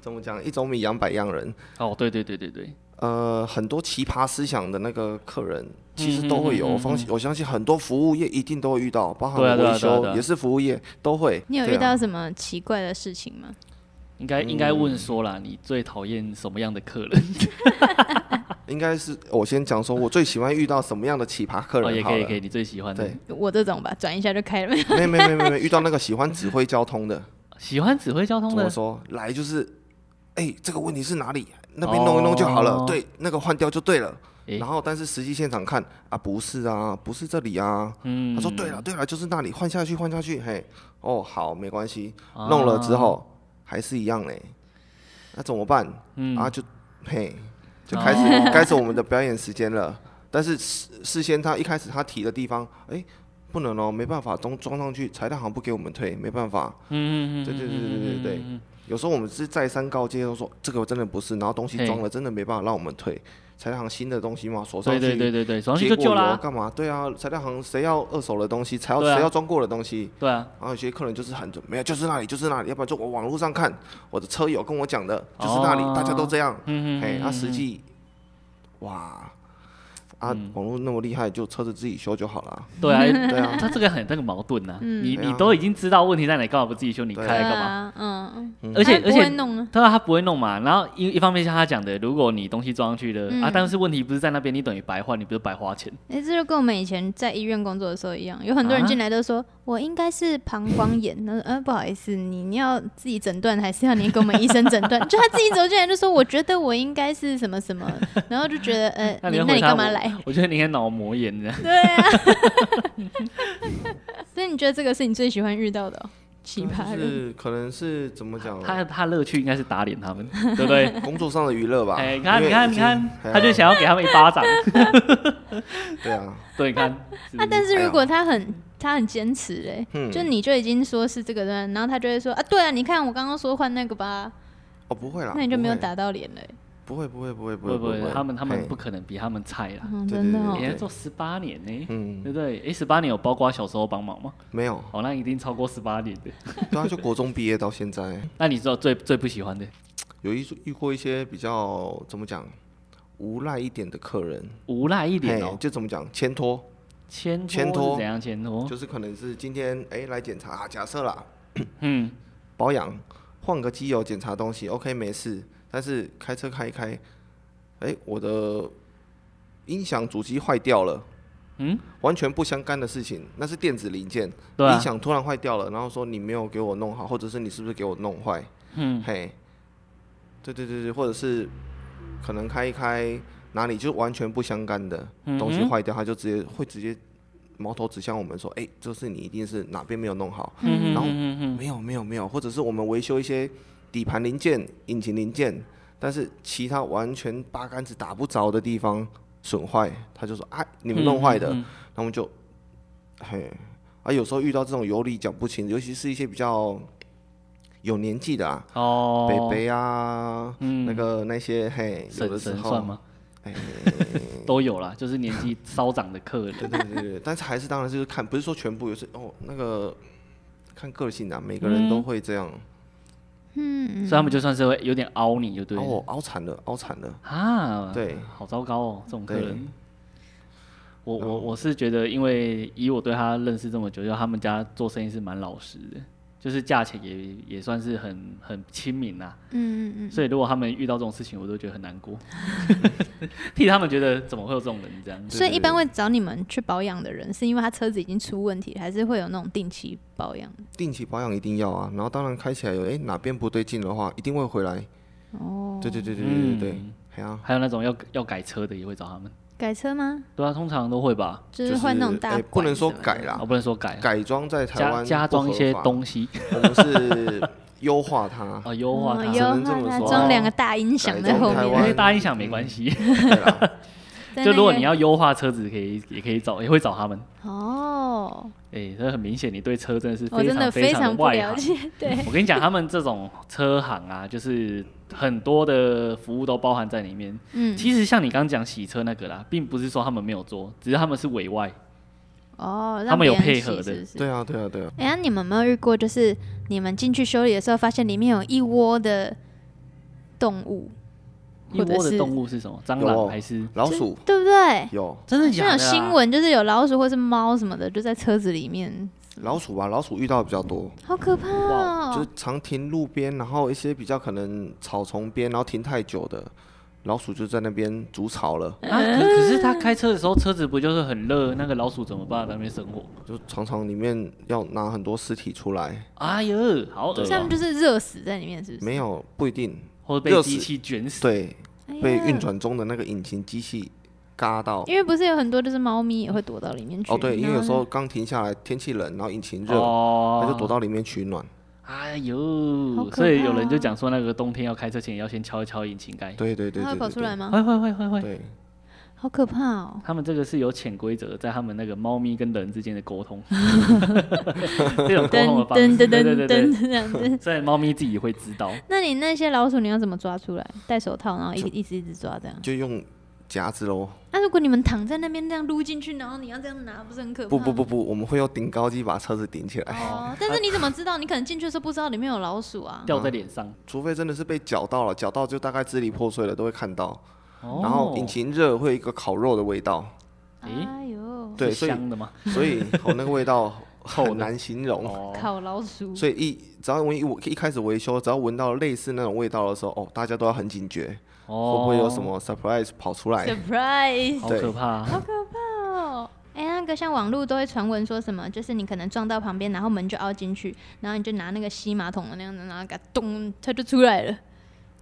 C: 怎么讲？一种米养百样人，
B: 哦，对对对对对，
C: 呃，很多奇葩思想的那个客人，其实都会有。
B: 嗯嗯嗯
C: 我相信，我相信很多服务业一定都会遇到，包含
B: 对啊对啊
C: 维
B: 对啊
C: 修
B: 对啊
C: 也是服务业都会。
A: 你有
C: 对
A: 遇
C: 啊
A: 到什么奇怪的事情吗？
B: 应
C: 嗯
B: 该应该问说啦，你最讨厌什么样的客人？
C: 应该是我先讲说，我最喜欢遇到什么样的奇葩客
B: 哦，
C: 人
B: 也
C: 好
B: 可
C: 了。
B: 以可以，你最喜欢的
C: 对。
A: 嗯我这种吧，转一下就开了。
C: 没没没没没，遇到那个喜欢指挥交通的，
B: 喜欢指挥交
C: 怎
B: 通
C: 么
B: 的，
C: 说？来就是，哎、这个问题是哪里？那边弄一弄就好了，
B: 哦
C: 对，那个换掉就对了。
B: 诶
C: 然后，但是实际现场看啊，不是啊，不是这里啊。
B: 嗯
C: 他说对了，，对了，就是那里，换下去，换下去。嘿，哦，好，没关系。
B: 啊
C: 弄了之，后还是一样嘞，那怎么办？
B: 嗯
C: 啊，就嘿，就开始
B: 哦
C: 开始我们的表演时间了。但是事事先他一开始他提的地方，哎、不能哦，没办法，装装上去，材料行不给我们退，没办法。
B: 嗯嗯嗯，
C: 对对对对对对
B: 嗯
C: 有时候我们是再三告诫，都说这个真的不是，然后东西
B: 嘿
C: 装了真的没办法让我们退，材料行新的东西嘛，锁上
B: 对
C: 去。
B: 对对对对，手上去
C: 结
B: 就
C: 果
B: 旧
C: 有
B: 啦，
C: 干嘛？对啊，材料行谁要二手的东西，才要
B: 对啊
C: 谁要装过的东西，
B: 对啊，
C: 然后有些客人就是很准，没有，就是那里，就是那里，要不然就我网络上看，我的车友跟我讲的，就是那里，
B: 哦
C: 大家都这样，
B: 嗯嗯，
C: 嘿，
B: 嗯
C: 那、实际，哇，啊，
B: 嗯
C: 网络那么厉害，就车子自己修就 好了，
B: 对啊，
C: 对啊，
B: 他这个很那个矛盾呐，你
C: 对
B: 你
C: 啊
B: 都已经知道问题在哪，干嘛不自己修？你
C: 对
B: 开来干嘛？
A: 嗯啊，嗯，嗯
B: 而且
A: 他
B: 而
A: 不会
B: 且。
A: 弄啊，
B: 对啊，他不会弄嘛。然后一一方面像他讲的，如果你东西装上去了、啊，
A: 嗯
B: 但是问题不是在那边，你等于白换，你不是白花钱？
A: 哎、这就跟我们以前在医院工作的时候一样，有很多人
B: 啊
A: 进来都说、我应该是膀胱炎，那呃不好意思，你你要自己诊断，还是要你给我们医生诊断？ 就他自己走进来就说我觉得我应该是什么什么，然后就觉得 呃
B: 那
A: 你
B: 你要
A: 那
B: 回
A: 你
B: 答
A: 干嘛
B: 我
A: 来？
B: 我觉得你应该脑膜炎的。
A: 对啊， 所以你觉得这个是你最喜欢遇到的哦、奇葩
C: 就
A: 人？
C: 是可能是怎么 讲，
B: 他他乐趣应该是打脸 他们，对不 对？
C: 工作上的娱乐吧，
B: 哎、你看
C: 因为
B: 你看你
C: 已
B: 看
C: 经，哎
B: 他就，想要给他们一巴掌。
C: 哎呀对啊，
B: 对，你看，是不
A: 啊
B: 是，
A: 但是如果他很他很坚持嘞、
C: 哎嗯
A: 就你就已经说是这个人，然后他就会说啊对啊，你看我刚刚说换那个吧，
C: 哦，不会啦，
A: 那你就没有
C: 不会，
A: 打到脸嘞、
C: 不会，不会，不会，不
B: 不
C: 会，
B: 不会，他们他们
C: 嘿
B: 不，可能比他们菜啦，
A: 嗯，
C: 对
A: 真的、
C: 对对
A: 哦
C: 对
B: 人家做十八年呢，
C: 嗯，
B: 对不对？诶，十八年有包括小时候帮忙吗？
C: 没有，
B: 哦，那一定超过十八年的。
C: 对啊，就国中毕业到现在，
B: 那你知道最最不喜欢的
C: 有遇遇过一些比较怎么讲，无赖一点的客人。
B: 无赖一点
C: 嘿
B: 哦，
C: 就怎么讲，牵拖，
B: 牵
C: 牵
B: 拖
C: 拖
B: 是怎样牵拖？
C: 就是可能是今天哎、来检查，假设啦，
B: 嗯，
C: 保养换个机油检查东西，OK 没事，但是开车开一开，哎、我的音响主机坏掉了。
B: 嗯，
C: 完全不相干的事情，那是电子零件，
B: 对啊
C: 音响突然坏掉了，然后说你没有给我弄好，或者是你是不是给我弄坏？
B: 嗯，
C: 嘿，对对对对，或者是可能开一开哪里就完全不相干的
B: 嗯哼
C: 东西坏掉，他就直接会直接矛头指向我们说，哎、这是你一定是哪边没有弄好，
B: 嗯
C: 然后
B: 嗯嗯
C: 没有没有没有，或者是我们维修一些底盘零件、引擎零件，但是其他完全八竿子打不着的地方，损坏，他就说啊，你们弄坏的，
B: 嗯嗯
C: 那我们就，嘿，啊，有时候遇到这种有理讲不清，尤其是一些比较有年纪的啊，
B: 哦，
C: 北北啊，
B: 嗯
C: 那个那些嘿，有
B: 神
C: 的时
B: 神
C: 候，
B: 算吗？
C: 哎，
B: 都有啦，就是年纪稍长的客
C: 对
B: 人。
C: 对对对，但是还是当然就是看，不是说全部，有时哦那个看个性啊，每个人都会这样，
A: 嗯，
B: 所以他们就算是会有点凹你就对了、
C: 哦，凹惨了，凹惨了，
B: 啊，
C: 对，
B: 好糟糕哦，这种客
C: 对
B: 人。我我我是觉得，因为以我对他认识这么久，就他们家做生意是蛮老实的，就是价钱也也算是很很亲民呐、
A: 嗯嗯
B: 所以如果他们遇到这种事情，我都觉得很难过，替他们觉得怎么会有这种人这样
A: 嗯，
B: 子？
A: 所以一般会找你们去保养的人，是因为他车子已经出问题，还是会有那种定期保养？
C: 定期保养一定要啊，然后当然开起来有哎哪边不对劲的话，一定会回来，
A: 哦，
C: 对对对对对对对
B: 嗯，
C: 哎呀，
B: 还有那种要要改车的也会找他们，
A: 改车吗？
B: 对啊，通常都会吧，
A: 就是换那种
C: 就是
A: 大
C: 哎
A: 管、
C: 不能说改啦
B: 我、不能说改，啊
C: 改装在
B: 哦
C: 台
B: 加
C: 湾
B: 加装一些
C: 东。
B: 东西
C: 我们是优化它
B: 啊，，优化它
A: 哦，
C: 只
A: 优
C: 能这
A: 化
C: 么
A: 它
C: 说啊
A: 装两个大音响在后
C: 改装台
A: 面
B: 因
C: 湾
B: 为。大音响没关系，
A: 嗯
C: 对啦，
A: 在那
B: 就
A: 个
B: 如果你要优化车子，可以也可以找，也会找他们。
A: 哦，
B: 哎、这很明显，你对车真的是
A: 我
B: 非
A: 真的
B: 常
A: 非
B: 常
A: 常
B: 的
A: 不
B: 外
A: 了
B: 行。
A: 解，对，
B: 我跟你讲，他们这种车行啊，就是很多的服务都包含在里面。
A: 嗯，
B: 其实像你刚刚讲洗车那个啦，并不是说他们没有做，只是他们是委外。
A: 哦，让
B: 他们有
A: 别人
B: 配
A: 洗
B: 合的
A: 是不是
C: 对啊，对啊，对啊，
A: 哎、呀，你们有没有遇过，就是你们进去修理的时候，发现里面有一窝的动物，
B: 一
A: 或者
B: 窝
A: 是
B: 的动物是什么？蟑
C: 有
B: 螂
C: 哦
B: 还是？
C: 老鼠
A: 对不对？
C: 有
B: 真的
A: 像
B: 假
A: 有
B: 的、啊？
A: 新闻就是有老鼠或是猫什么的，就在车子里面，
C: 老鼠吧，老鼠遇到的比较多，
A: 好可怕哦！
C: 就是常停路边，然后一些比较可能草丛边，然后停太久的老鼠就在那边筑巢了，
B: 啊，
A: 嗯
B: 可可是他开车的时候，车子不就是很热？那个老鼠怎么办？在那边生活？
C: 就常常里面要拿很多尸体出来，
B: 哎呦，好恶、
C: 对
A: 哦
C: 啊
A: 像他
B: 喔
A: 们！就是热死在里面，是不是？
C: 没有不一定，
B: 或者被
C: 热
B: 机
C: 死
B: 器卷死。
C: 对，
A: 哎呀
C: 被运，转中的那个引擎机器嘎到。
A: 因为啊不是有很多就是猫咪也会躲到里面去。
C: 哦，对，因为有时
A: 然后
C: 候刚停下来，天气冷，然后引擎热，
B: 哦
C: 它就躲到里面取暖。
B: 哎
A: 好
B: 呦，
A: 可
B: 所以
A: 怕
B: 有人就
A: 哦
B: 讲说，那个冬天要开车前要先敲一敲引擎盖。
C: 对对对
A: 它
C: 对
A: 会跑
C: 对
A: 出来
C: 对，
A: 吗？
B: 会会会会会，
C: 对，
A: 好可怕哦！
B: 他们这个是有潜规则，在他们那个猫咪跟人之间的沟 通，这种沟通的方式。
A: 噔
B: 对
A: 噔
B: 对
A: 噔
B: 对对，
A: 噔这样子。
B: 虽然猫咪自己会知
C: 哦
B: 道，
A: 那你那些老鼠你要怎么抓出来？戴手套，然后一
C: 就
A: 一直一直抓这样。
C: 就用夹子喽。
A: 那、如果你们躺在那边这样撸进去，然后你要这样拿，不是很可怕？
C: 不不不。不，我们会用顶高机把车子顶起来，
A: 哦，但是你怎么知道？你可能进去的时候不知道里面有老鼠 啊。
B: 掉在脸上。
C: 除非真的是被绞到了，绞到就大概支离破碎了，都会看到。
B: 哦
C: 然后引擎热会有一个烤肉的味道，
B: 诶
A: 哎呦，
C: 对，哦
B: 是
C: 所以
B: 香的吗？
C: 所以 哦那个味道
B: 臭的
C: 很难形容。
B: 哦，
A: 哎烤老鼠。
C: 所以一只要我一我一开始维修，只要闻到类似那种味道的时候，哦，大家都要很警觉，
B: 哦
C: 会不会有什？么 surprise 跑出来？
A: Surprise！
B: 好
C: 对
B: 可怕！
A: 哦，哎、那个像网络都会传闻说什么，就是你可能撞到旁边，然后门就凹进去，然后你就拿那个吸马桶的那样子，然后给它咚，它就出来了，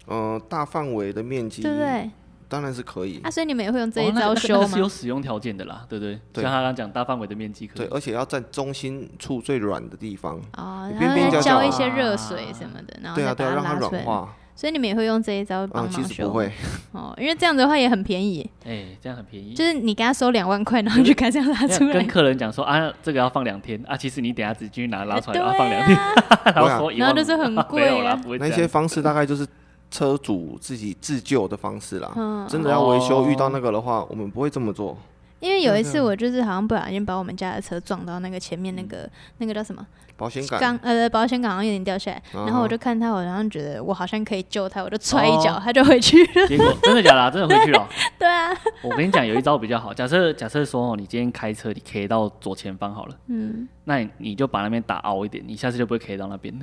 C: 嗯、大范围的面积，
A: 对不对？
C: 当然是可以
A: 啊，。所以你们也会用这一
B: 哦那
A: 招
B: 个那个
A: 修
B: 那个
A: 吗
B: 是？有使用条件的啦，对不对？
C: 对
B: 像他刚刚讲大范围的面积可
C: 对，
B: 以。
C: 而且要在中心处最软的地方，
A: 哦，然
C: 你
A: 后
C: 边边
A: 再
C: 角角
A: 浇
C: 啊
A: 一些热水什么的，然后
C: 对啊，
A: 再
C: 对啊，
A: 哦把
C: 让它
A: 拉出来。
C: 软化。
A: 所以你们也会用这一招
C: 嗯，
A: 帮
C: 其
A: 忙
C: 实
A: 修
C: 不会，
A: 哦，因为这样子的话也很便宜，
B: 哎，这样很便宜。
A: 就是你给他收两万块，然后就给他这样拉出
B: 没有
A: 来
B: 跟，客人讲说啊，这个要放两天啊，其实你等下只进去拿拉出 来，
A: 对
B: 然
A: 啊
B: 后放两天，然后 说一万
A: 然后
B: 五
A: 就说很贵啊
B: 没有啦，不会这
C: 那
B: 样
C: 些方式大概就是车主自己自救的方式啦。
A: 嗯
C: 真的要维修
B: 哦
C: 遇到那个的话，我们不会这么做。
A: 因为有一
C: 啊
A: 次我就是好像不小心把我们家的车撞到那个前面那个、
C: 嗯
A: 那个叫什么
C: 保险杆
A: 钢呃保险杆好像有点掉下来，
C: 啊哈
A: 然后我就看他，我然后觉得我好像可以救他，我就踹一脚，
B: 哦
A: 他就回去了。
B: 结果真的假的啊、真的回去了。
A: 对啊，
B: 我跟你讲，有一招比较好。假设假设说哦，你今天开车，你 K 到左前方好了，
A: 嗯，
B: 那你你就把那边打凹一点，你下次就不会 K 到那边了，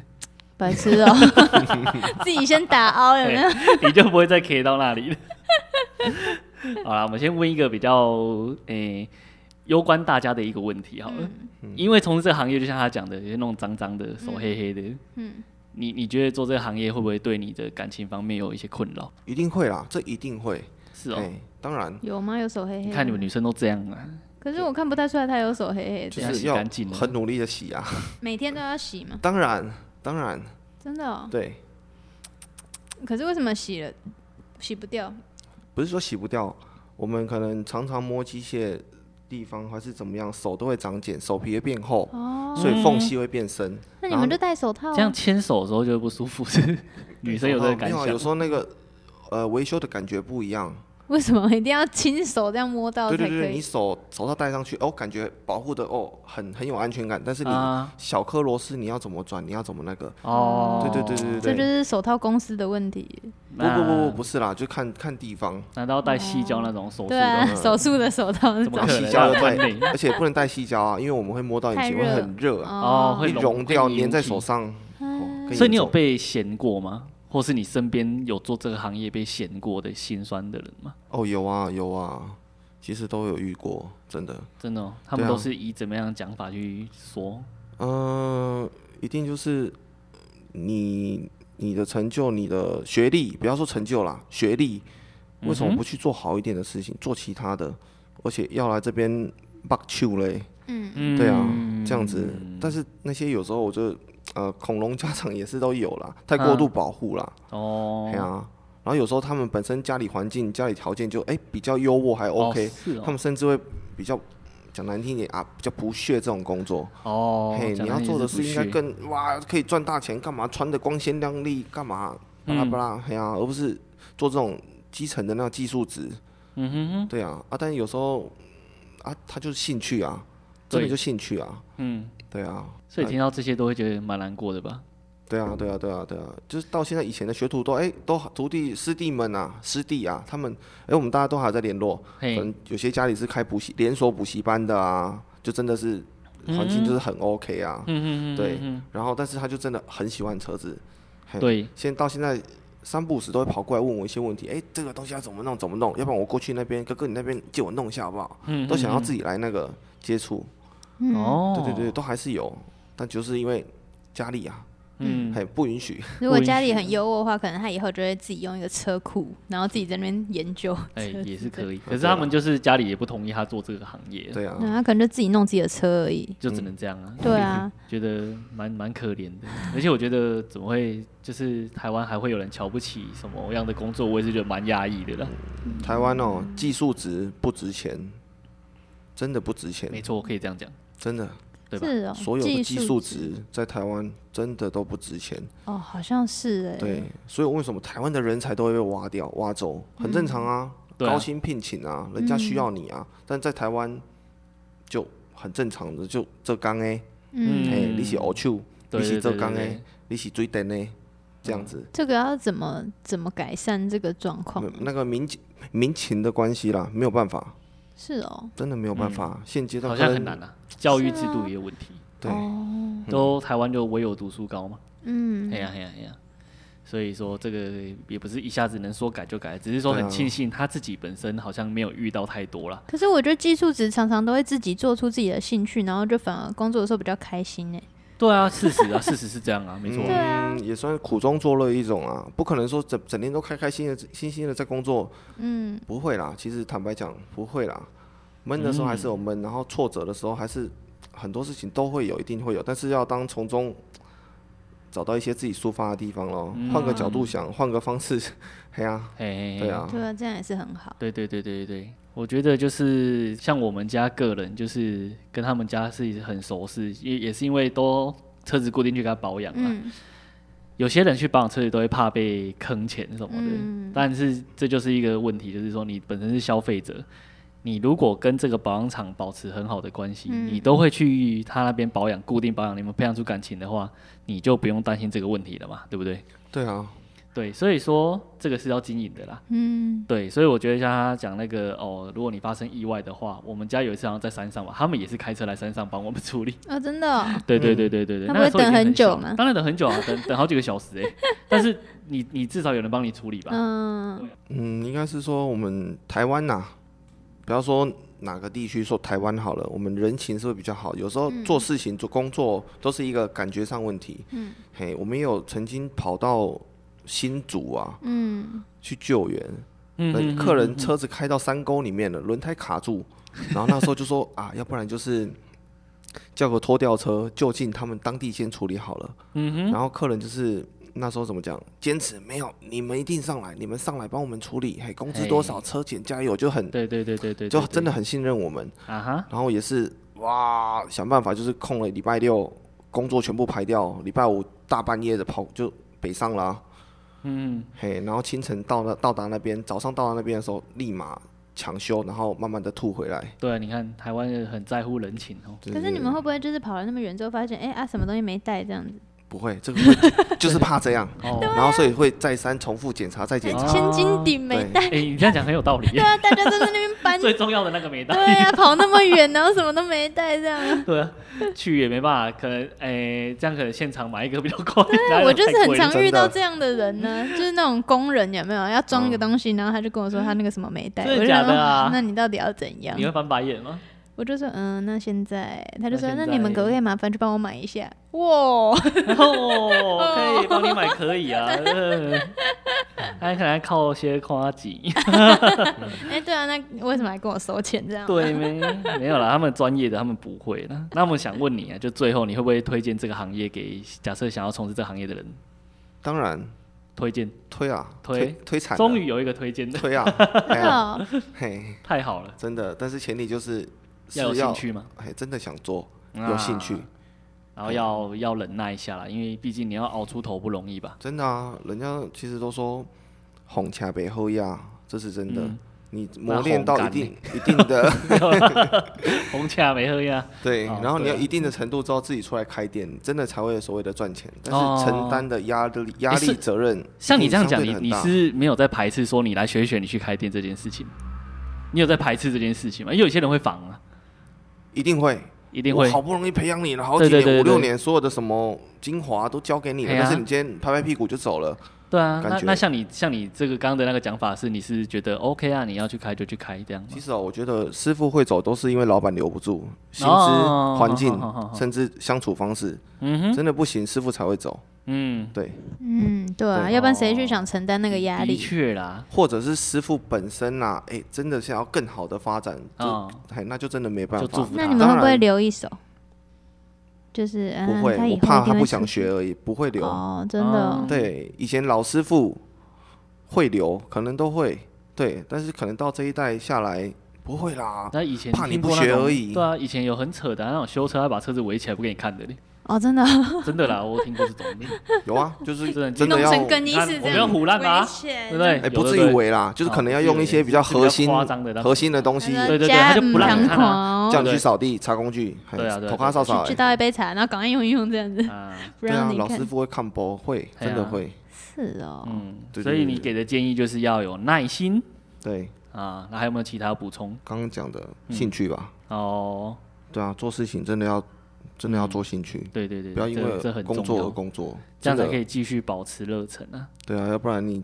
A: 白痴 哦、自己先打凹有没有？
B: 你就不会再 K 到那里了。 好啦，我们先问一个比较诶、攸关大家的一个问题好了，
A: 嗯
C: 嗯
B: 因为从事这个行业，就像他讲的，有些那种脏脏的、手黑黑的，
A: 嗯，
B: 你你觉得做这个行业会不会对你的感情方面有一些困扰？
C: 一定会啦，这一定会。
B: 是哦，
C: 哎当然
A: 有吗？有手黑黑？
B: 你看你们，女生都这样啊，
A: 可是我看不太出来他有手黑黑的，
C: 就
B: 等一下
C: 是
B: 洗
C: 要
B: 干净了
C: 很努力的洗啊。
A: 每天都要洗吗？
C: 当然，当然，
A: 真的哦、
C: 对，
A: 可是为什么洗了洗不掉？
C: 不是说洗不掉，我们可能常常摸机械地方还是怎么样，手都会长茧，手皮会变厚，
A: 哦，
C: 所以缝隙会变深。
A: 那你们就戴手套啊、
B: 这样牵手的时候就会不舒服，是 女生有这个感
C: 没有啊有
B: 想。
C: 时候那个呃维修的感觉不一样。
A: 为什么一定要亲手这样摸到
C: 对
A: 才
C: 对
A: 哦可以？
C: 对，你手手套戴上去，哦，感觉保护的哦很很有安全感，但是你
B: 啊
C: 小颗螺丝你要怎么转，你要怎么那个？
B: 哦，
C: 对对对对
A: 这
C: 对
A: 就
C: 对。
A: 是手套公司的问题。
C: 不不不不
B: 不，
C: 不是啦，就看看地方，
B: 难道戴细胶那种手术
A: 对
B: 的
A: 啊，
B: 吗？
A: 手术的手套那
B: 怎么
A: 种
B: 可
C: 然后
B: 能
C: 细胶
B: 要
C: 的
B: 穿
C: 戴
B: 领？
C: 而且不能戴细胶啊，因为我们会摸到眼睛，
A: 太
C: 会
A: 热
C: 很热啊，
B: 哦，会
C: 一融掉粘在手
B: 上。
C: 上。哦
A: 嗯
C: 更
B: 所以你
C: 严
B: 有
C: 重
B: 被嫌过吗？或是你身边有做这个行业被嫌过的心酸的人吗？
C: 哦，有啊有啊，其实都有遇过，真的。
B: 真的、哦，他们
C: 对啊
B: 都是以怎么样的讲法去说？
C: 嗯、一定就是你你的成就、你的学历，不要说成就啦，学历，为什
B: 嗯
C: 么
B: 哼
C: 不去做好一点的事情，做其他的？而且要来这边 back to 嘞，
A: 嗯，
B: 嗯
C: 对啊，这样子。但是那些有时候我就呃，恐龙家长也是都有啦，太过度保护啦，
B: 哦
C: 哎，呀、然后有时候他们本身家里环境、家里条件就哎、比较优渥，还 OK，、
B: 哦是
C: 他
B: 哦，
C: 们甚至会比较讲难听一点啊，比较不屑这种工作。
B: 哦
C: 嘿，
B: 讲
C: 你
B: 得
C: 要
B: 也
C: 做的
B: 是不
C: 事应该
B: 屑
C: 更哇，可以赚大钱，干嘛穿的光鲜亮丽，干嘛
B: 嗯
C: 巴拉巴拉，嘿啊，而不是做这种基层的那技术值，
B: 嗯哼哼，
C: 对啊，啊，但有时候啊，他就是兴趣啊，真的
B: 对
C: 就兴趣啊，
B: 嗯，
C: 对啊，
B: 所以听到这些都会觉得蛮难过的吧？
C: 对啊，对啊，对啊，对啊，就是到现在以前的学徒都哎、都徒弟师弟们啊，师弟啊，他们哎、我们大家都还在联络，可
B: 嘿，
C: 能有些家里是开补习连锁补习班的啊，就真的是环境就是很 OK 啊，
B: 嗯哼哼，
C: 对
B: 嗯
C: 然后但是他就真的很喜欢车子，
B: 哼
C: 嘿
B: 对，
C: 现在到现在三不五时都会跑过来问我一些问题，哎、这个东西要怎么弄怎么弄，要不然我过去那边，哥哥你那边借我弄一下好不好？
B: 嗯，
C: 都想要
B: 己
C: 自己来那个接触，
B: 哦，
C: 对对对，，都还是有，但就是因为家里啊，
B: 嗯，
C: 还不允许，
A: 如果家里很优渥的话，可能他以后就会自己用一个车库，然后自己在那边研究。
B: 哎，也是可以，可
C: 对
B: 是他
C: 啊
B: 们就是家里也不同意他做这个行业，
C: 对啊，
A: 那他可能就自己弄自己的车而已。
B: 就只能这样啊。
A: 对 啊，
B: 觉得蛮蛮可怜的，而且我觉得怎么会就是台湾还会有人瞧不起什么样的工作，我也是觉得蛮压抑的啦。
A: 嗯
C: 台湾哦，技术值不值钱，真的不值钱
B: 没，错，可以这样讲，
C: 真的，
B: 对吧？
A: 是哦，
C: 所有的技术
A: 值
C: 值在台湾真的都不值钱，
A: 哦，好像是哎。
C: 对，所以为什么台湾的人才都会被挖掉、挖走，很正常啊，
B: 对啊
C: 高薪聘请啊，人家需要你啊，但在台湾就很正常的，就浙江哎，
A: 嗯，
C: 哎，你是欧丘，
B: 对对
C: 你是
B: 对
C: 浙
B: 对
C: 江
B: 对
A: 欸
C: 哎，你是最等哎，这样子，
A: 这个要怎么怎么改善这个状况？
C: 那个民情民情的关系啦，没有办法，
A: 是哦，
C: 真的没有办法，现阶段
B: 好
C: 可
B: 像
C: 能
B: 很难啊，教育制度也有问题，
C: 对，
B: 都台湾就唯有读书高嘛，
A: 啊嗯，
B: 哎呀哎呀哎呀，所以说这个也不是一下子能说改就改，只是说很
A: 啊
B: 庆幸他自己本身好像没有遇到太多啦。
A: 可是我觉得技术值常常都会自己做出自己的兴趣，然后就反而工作的时候比较开心哎。
B: 对啊，事实啊，事实是这样啊，没错啊，
C: 嗯，也算苦中作乐一种啊，不可能说整整天都开开心的、心心的在工作，
A: 嗯，
C: 不会啦。其实坦白讲，不会啦。闷的时候还是有闷，然后挫折的时候还是很多事情都会有，一定会有，但是要当从中找到一些自己抒发的地方咯。换、个角度想，换个方式， 嘿呀、啊，
B: 哎，
C: 对啊，
A: 对啊，这样也是很好。
B: 对对对对对，我觉得就是像我们家个人，就是跟他们家是很熟识，也也是因为都车子固定去给他保养嘛。
A: 嗯
B: 有些人去保养车子都会怕被坑钱什么的，
A: 嗯
B: 但是这就是一个问题，就是说你本身是消费者。你如果跟这个保养厂保持很好的关系，
A: 嗯
B: 你都会去他那边保养，固定保养，你们培养出感情的话，你就不用担心这个问题了嘛，对不对？
C: 对啊，
B: 对，所以说这个是要经营的啦。
A: 嗯，
B: 对，所以我觉得像他讲那个哦，如果你发生意外的话，我们家有一次好像在山上吧，他们也是开车来山上帮我们处理。
A: 哦，真的哦，
B: 对对对对对对，
A: 他不
B: 那
A: 会
B: 个时候已
A: 等
B: 经
A: 很
B: 小
A: 久
B: 了
A: 吗
B: 当然等很久啊，等等好几个小时哎、但是你你至少有人帮你处理吧？
A: 嗯
C: 嗯，应该是说我们台湾呐、不要说哪个地区，说台湾好了，我们人情是会比较好。有时候做事情、做工作都是一个感觉上问题。
A: 嗯，
C: 嘿，我们也有曾经跑到新竹啊
A: 嗯，
C: 去救援，
B: 嗯嗯
C: 人客人车子开到山沟里面了，轮胎卡住，然后那时候就说 啊，要不然就是叫个拖吊车就近他们当地先处理好了。
B: 嗯哼，
C: 然后客人就是那时候怎么讲？坚持没有，你们一定上来，你们上来帮我们处理，嘿，工资
B: 嘿
C: 多少，车钱加油，就很
B: 对对对对对，
C: 就
B: 对
C: 真的
B: 对
C: 很信任我们。
B: 啊哈，
C: 然后也是哇，想办法就是空了礼拜六工作全部排掉，礼拜五大半夜的跑就北上啦，
B: 嗯，
C: 嘿，然后清晨到那到达那边，早上到达那边的时候立马抢修，然后慢慢的吐回来。
B: 对，啊你看台湾人很在乎人情哦，
C: 就
A: 可是你们会不会就是跑了那么远之后，发现哎、啊什么东西没带这样子？
C: 不会？这个 会就是怕这样，
A: 啊
B: 哦，
C: 然后所以会再三重复检查再检
A: 哎
C: 查。
A: 千斤顶
C: 哦
A: 没带，
B: 哎，你这样讲很有道理耶
A: 对， 啊，大家都在那边搬，
B: 最重要的那个没带，
A: 对啊，跑那么远，然后什么都没带这样。
B: 对啊，去也没办法，可能哎，这样可能现场买一个比较快，拿一个
A: 啊我就是
B: 太
A: 很
B: 贵了
A: 常遇
C: 真的
A: 到这样的人呢，就是那种工人有没有要装一个东西，然后他就跟我说他那个什么没带，
B: 真的
A: 我就想
B: 假的啊
A: 说哦那你到底要怎样
B: 你？会翻白眼吗？
A: 我就说嗯，那现在他就说
B: 那现
A: 那
B: 在
A: 你们可不可以麻烦去帮我买一下？哇，
B: 哦，可以帮你买，可以啊。呃 他可能还靠些夸奖，
A: 哎对啊，那为什么还跟我收钱这样？
B: 对没？没有啦，他们专业的他们不会啦。那我们想问你啊，就最后你会不会推荐这个行业给假设想要从事这个行业的人？
C: 当然
B: 推荐，
C: 推啊，
B: 推
C: 推推惨了，
B: 终于有一个推荐 的，
C: 推啊，哎
A: 真的
C: 呀
A: 哦，
C: 嘿，
B: 太好了，
C: 真的，但是前提就是是
B: 要有兴趣嘛，
C: 哎，真的想做，
B: 啊
C: 有兴趣，
B: 然后要
C: 嗯
B: 要忍耐一下啦，因为毕竟你要熬出头不容易吧？
C: 真的啊，人家其实都说红掐背后压，这是真的。
B: 嗯
C: 你
B: 那
C: 磨练到
B: 红
C: 一
B: 干
C: 定一定的
B: 红茶没喝呀，
C: 对，
B: 哦
C: 然后你要
B: 对啊
C: 一定的程度之后自己出来开店，真的才会有所谓的赚钱。但
B: 哦
C: 是承担的压力压
B: 诶
C: 力
B: 是
C: 责任，
B: 像你这样讲，
C: 一
B: 你
C: 定
B: 你
C: 相对的很大
B: 是没有在排斥说你来学一学，你去开店这件事情吗，你有在排斥这件事情吗？因为有些人会防啊，
C: 一定会
B: 一定会
C: 我好不容易培养你了好几
B: 对对对
C: 年五
B: 对
C: 六年，所有的什么精华都交给你了，
B: 哎呀
C: 但是你今天拍拍屁股就走了。
B: 对啊，
C: 感
B: 那
C: 觉
B: 那像你像你这个刚刚的那个讲法是，你是觉得 OK 啊，你要去开就去开这样吗
C: 其？实哦，我觉得师傅会走都是因为老板留不住，薪资、
B: 哦
C: 环境
B: 好好好好，
C: 甚至相处方式，
B: 嗯哼，
C: 真的不行，师傅才会走。
B: 嗯，
C: 对，
A: 嗯，对啊，
C: 对
A: 要不然谁去想承担那个压
B: 的
A: 力？
B: 确啦，
C: 或者是师傅本身呐、啊，哎、真的想要更好的发展，就
B: 哦
C: 哎、那就真的没办
B: 就祝
C: 法
B: 福。
A: 那
B: 他
A: 你们会不
C: 当
A: 会
C: 然
A: 留一手？就是嗯，
C: 不会，
A: 他以
C: 我
A: 后
C: 怕
A: 一定
C: 他
A: 会
C: 不想
A: 出
C: 学而已，不会留。
A: 哦，真的哦
B: 哦，
C: 对，以前老师傅会留，可能都会对，但是可能到这一代下来不会啦。
B: 那以前
C: 怕你
B: 听过
C: 不
B: 那
C: 学
B: 种
C: 而已
B: 对啊，以前有很扯的啊、那种修车，他把车子围起来不给你看的嘞，
A: 哦，真的哦，
B: 真的啦，我听过这种的，
C: 有啊， 就是
B: 真的
C: 真的
A: 弄
C: 要
A: 成更衣
B: 看
A: 室
B: 我
A: 这
B: 们
A: 样
B: 要唬烂啊
A: 危险
B: 对不对？
C: 哎，
B: 有
C: 不
B: 的
C: 至
B: 对
C: 于围啦，就是
B: 哦
C: 可能要
B: 不至
C: 用
B: 于
C: 一些比较
B: 是比较
C: 核心
B: 夸张的那种
C: 核心的
B: 嗯
C: 东西，
A: 那
B: 对对对
A: 家
B: 他就不让
A: 嗯
B: 你看啊
A: 扛
C: 叫
A: 狂
C: 你去扫地、擦工具，嘿
B: 对啊对啊
C: 头发扫
A: 去
C: 扫。
A: 去
C: 哎
A: 倒一杯茶，然后赶快用一用这样子，
B: 啊，
A: 不
C: 对
A: 让
C: 啊，
A: 你
C: 老
A: 看
C: 师。傅会看波，会
B: 哎呀
C: 真的会，
A: 是哦，
B: 嗯，
C: 对对
B: 所以
C: 对
B: 你
C: 对
B: 给的建议就是要有耐心
C: 对，
B: 啊，那还有没有其他补充？
C: 刚刚讲的
B: 嗯
C: 兴趣吧，
B: 哦，
C: 对啊，做事情真的要真的要做兴趣，
B: 对嗯对对，
C: 不要因
B: 这这
C: 为
B: 很
C: 工
B: 重
C: 作而
B: 要，
C: 工作，
B: 这样才
C: 真的
B: 可以继续保持热忱啊。
C: 对啊，要不然你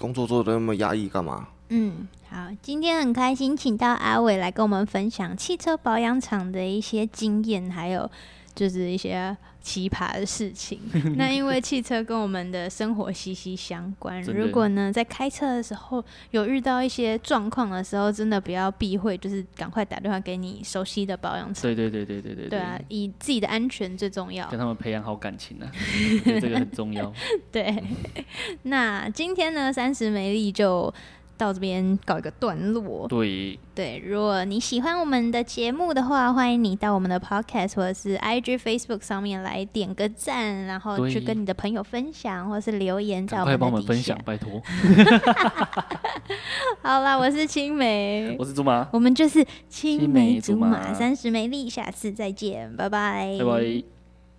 C: 工作做的那么压抑干嘛？
A: 嗯，好，今天很开心，请到阿伟来跟我们分享汽车保养厂的一些经验，还有就是一些奇葩的事 情。那因为汽车跟我们的生活息息相关，
B: 真的
A: 如果呢在开车的时候有遇到一些状况的时候，真的不要避讳，就是赶快打电话给你熟悉的保养厂。
B: 对对对对对对
A: 对啊，哦以自己的安全最重要。
B: 跟他们培养好感情啊， 我觉得这个很重 要。
A: 对，那今天呢，三十美丽就到这边告一个段落。
B: 对，
A: 对，如果你喜欢我们的节目的话，欢迎你到我们的 Podcast 或者是 IG、Facebook 上面来点个赞，然后
B: 对
A: 去跟你的朋友分享，或是留言在
B: 赶
A: 我们
B: 快
A: 的
B: 帮我们
A: 底
B: 分
A: 下
B: 享，。拜托。
A: 好啦，我是青梅，
B: 我是竹马，
A: 我们就是
B: 青
A: 青
B: 梅
A: 梅
B: 竹
A: 竹
B: 马
A: 马，三十美丽，下次再见，拜拜，
B: 拜拜。